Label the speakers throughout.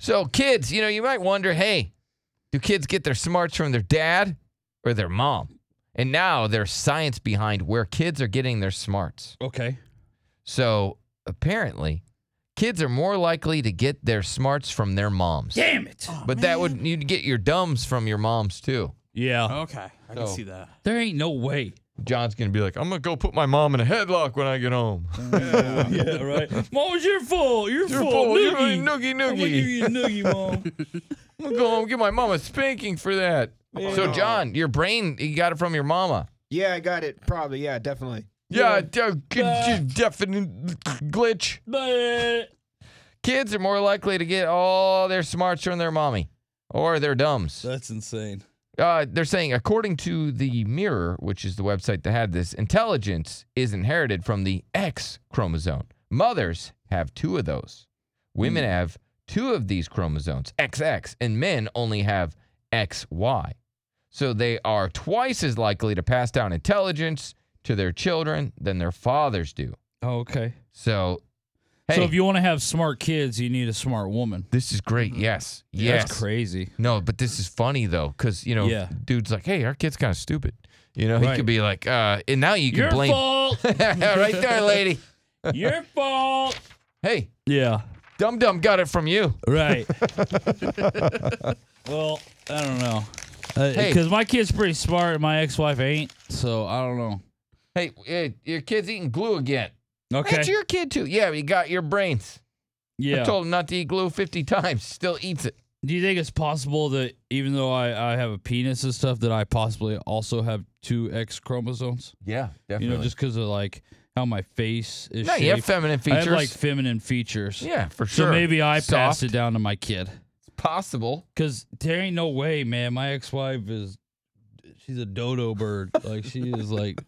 Speaker 1: So, kids, you know, you might wonder hey, do kids get their smarts from their dad or their mom? And now there's science behind where kids are getting their smarts.
Speaker 2: Okay.
Speaker 1: So, apparently, kids are more likely to get their smarts from their moms.
Speaker 2: Damn it.
Speaker 1: But that would, you'd get your dumbs from your moms too.
Speaker 2: Yeah.
Speaker 3: Okay, I can
Speaker 1: So-
Speaker 3: see that.
Speaker 2: There ain't no way.
Speaker 1: John's going to be like, I'm going to go put my mom in a headlock when I get home.
Speaker 2: yeah, right. Mom, it's your fault. Your
Speaker 1: You're
Speaker 2: fault.
Speaker 1: full. You're
Speaker 2: Noogie.
Speaker 1: noogie,
Speaker 2: I'm gonna give
Speaker 1: noogie.
Speaker 2: you a noogie, mom.
Speaker 1: I'm going to go home and give my mom a spanking for that. So, John, your brain, you got it from your mama.
Speaker 4: Yeah, I got it. Probably. Yeah, definitely.
Speaker 1: Yeah, d- g- g- definite glitch.
Speaker 2: but
Speaker 1: Kids are more likely to get all their smarts from their mommy or their dumbs.
Speaker 2: that's insane.
Speaker 1: Uh, they're saying, according to the Mirror, which is the website that had this, intelligence is inherited from the X chromosome. Mothers have two of those. Women have two of these chromosomes, XX, and men only have XY. So they are twice as likely to pass down intelligence to their children than their fathers do.
Speaker 2: Oh, okay.
Speaker 1: So, hey,
Speaker 2: So if you want to have smart kids, you need a smart woman.
Speaker 1: this is great. Yes,
Speaker 2: Mm-hmm. Yeah,
Speaker 1: yes.
Speaker 2: That's crazy.
Speaker 1: No, but this is funny though, because you know,
Speaker 2: Yeah.
Speaker 1: dude's like, "Hey, our kid's kind of stupid." You know, he
Speaker 2: Right.
Speaker 1: could be like, uh, and now you can
Speaker 2: Your
Speaker 1: blame
Speaker 2: fault.
Speaker 1: right there, lady.
Speaker 2: your fault.
Speaker 1: Hey,
Speaker 2: Yeah.
Speaker 1: Dum Dum got it from you.
Speaker 2: Right. well, I don't know.
Speaker 1: Hey.
Speaker 2: Because my kid's pretty smart and my ex-wife ain't, so I don't know.
Speaker 1: Hey, eh, your kid's eating glue again.
Speaker 2: Okay.
Speaker 1: That's your kid too. Yeah, you got your brains.
Speaker 2: yeah.
Speaker 1: I told him not to eat glue fifty times. Still eats it.
Speaker 2: Do you think it's possible that even though I, I have a penis and stuff, that I possibly also have two X chromosomes?
Speaker 1: Yeah, definitely.
Speaker 2: You know, just because of like how my face is.
Speaker 1: no,
Speaker 2: shaped.
Speaker 1: you have feminine
Speaker 2: I
Speaker 1: features.
Speaker 2: have like feminine features.
Speaker 1: yeah, for
Speaker 2: So
Speaker 1: sure.
Speaker 2: maybe I
Speaker 1: Soft,
Speaker 2: passed it down to my kid.
Speaker 1: Possible.
Speaker 2: Cause there ain't no way, man. My ex-wife is, she's a dodo bird. Like she is like,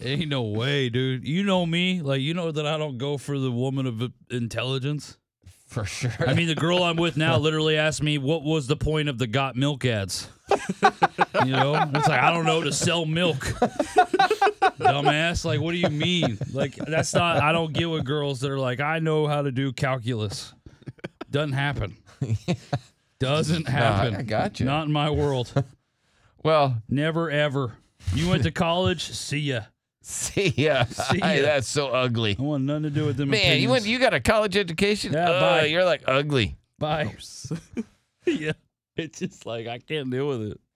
Speaker 2: ain't no way, dude. You know me. Like you know that I don't go for the woman of intelligence.
Speaker 1: For sure.
Speaker 2: I mean, the girl I'm with now literally asked me, "What was the point of the Got Milk ads?" you know, it's like I don't know to sell milk, dumbass. Like, what do you mean? Like, that's not. I don't get with girls that are like, "I know how to do calculus." Doesn't happen. Doesn't happen.
Speaker 1: I got you.
Speaker 2: Not in my world.
Speaker 1: well,
Speaker 2: Never ever. You went to college. See ya.
Speaker 1: see ya.
Speaker 2: See
Speaker 1: Hey,
Speaker 2: ya.
Speaker 1: that's so ugly.
Speaker 2: I want nothing to do with them.
Speaker 1: Man, you went.
Speaker 2: opinions.
Speaker 1: You got a college education.
Speaker 2: Yeah,
Speaker 1: Ugh,
Speaker 2: bye.
Speaker 1: You're like ugly.
Speaker 2: Bye. yeah. It's just like I can't deal with it.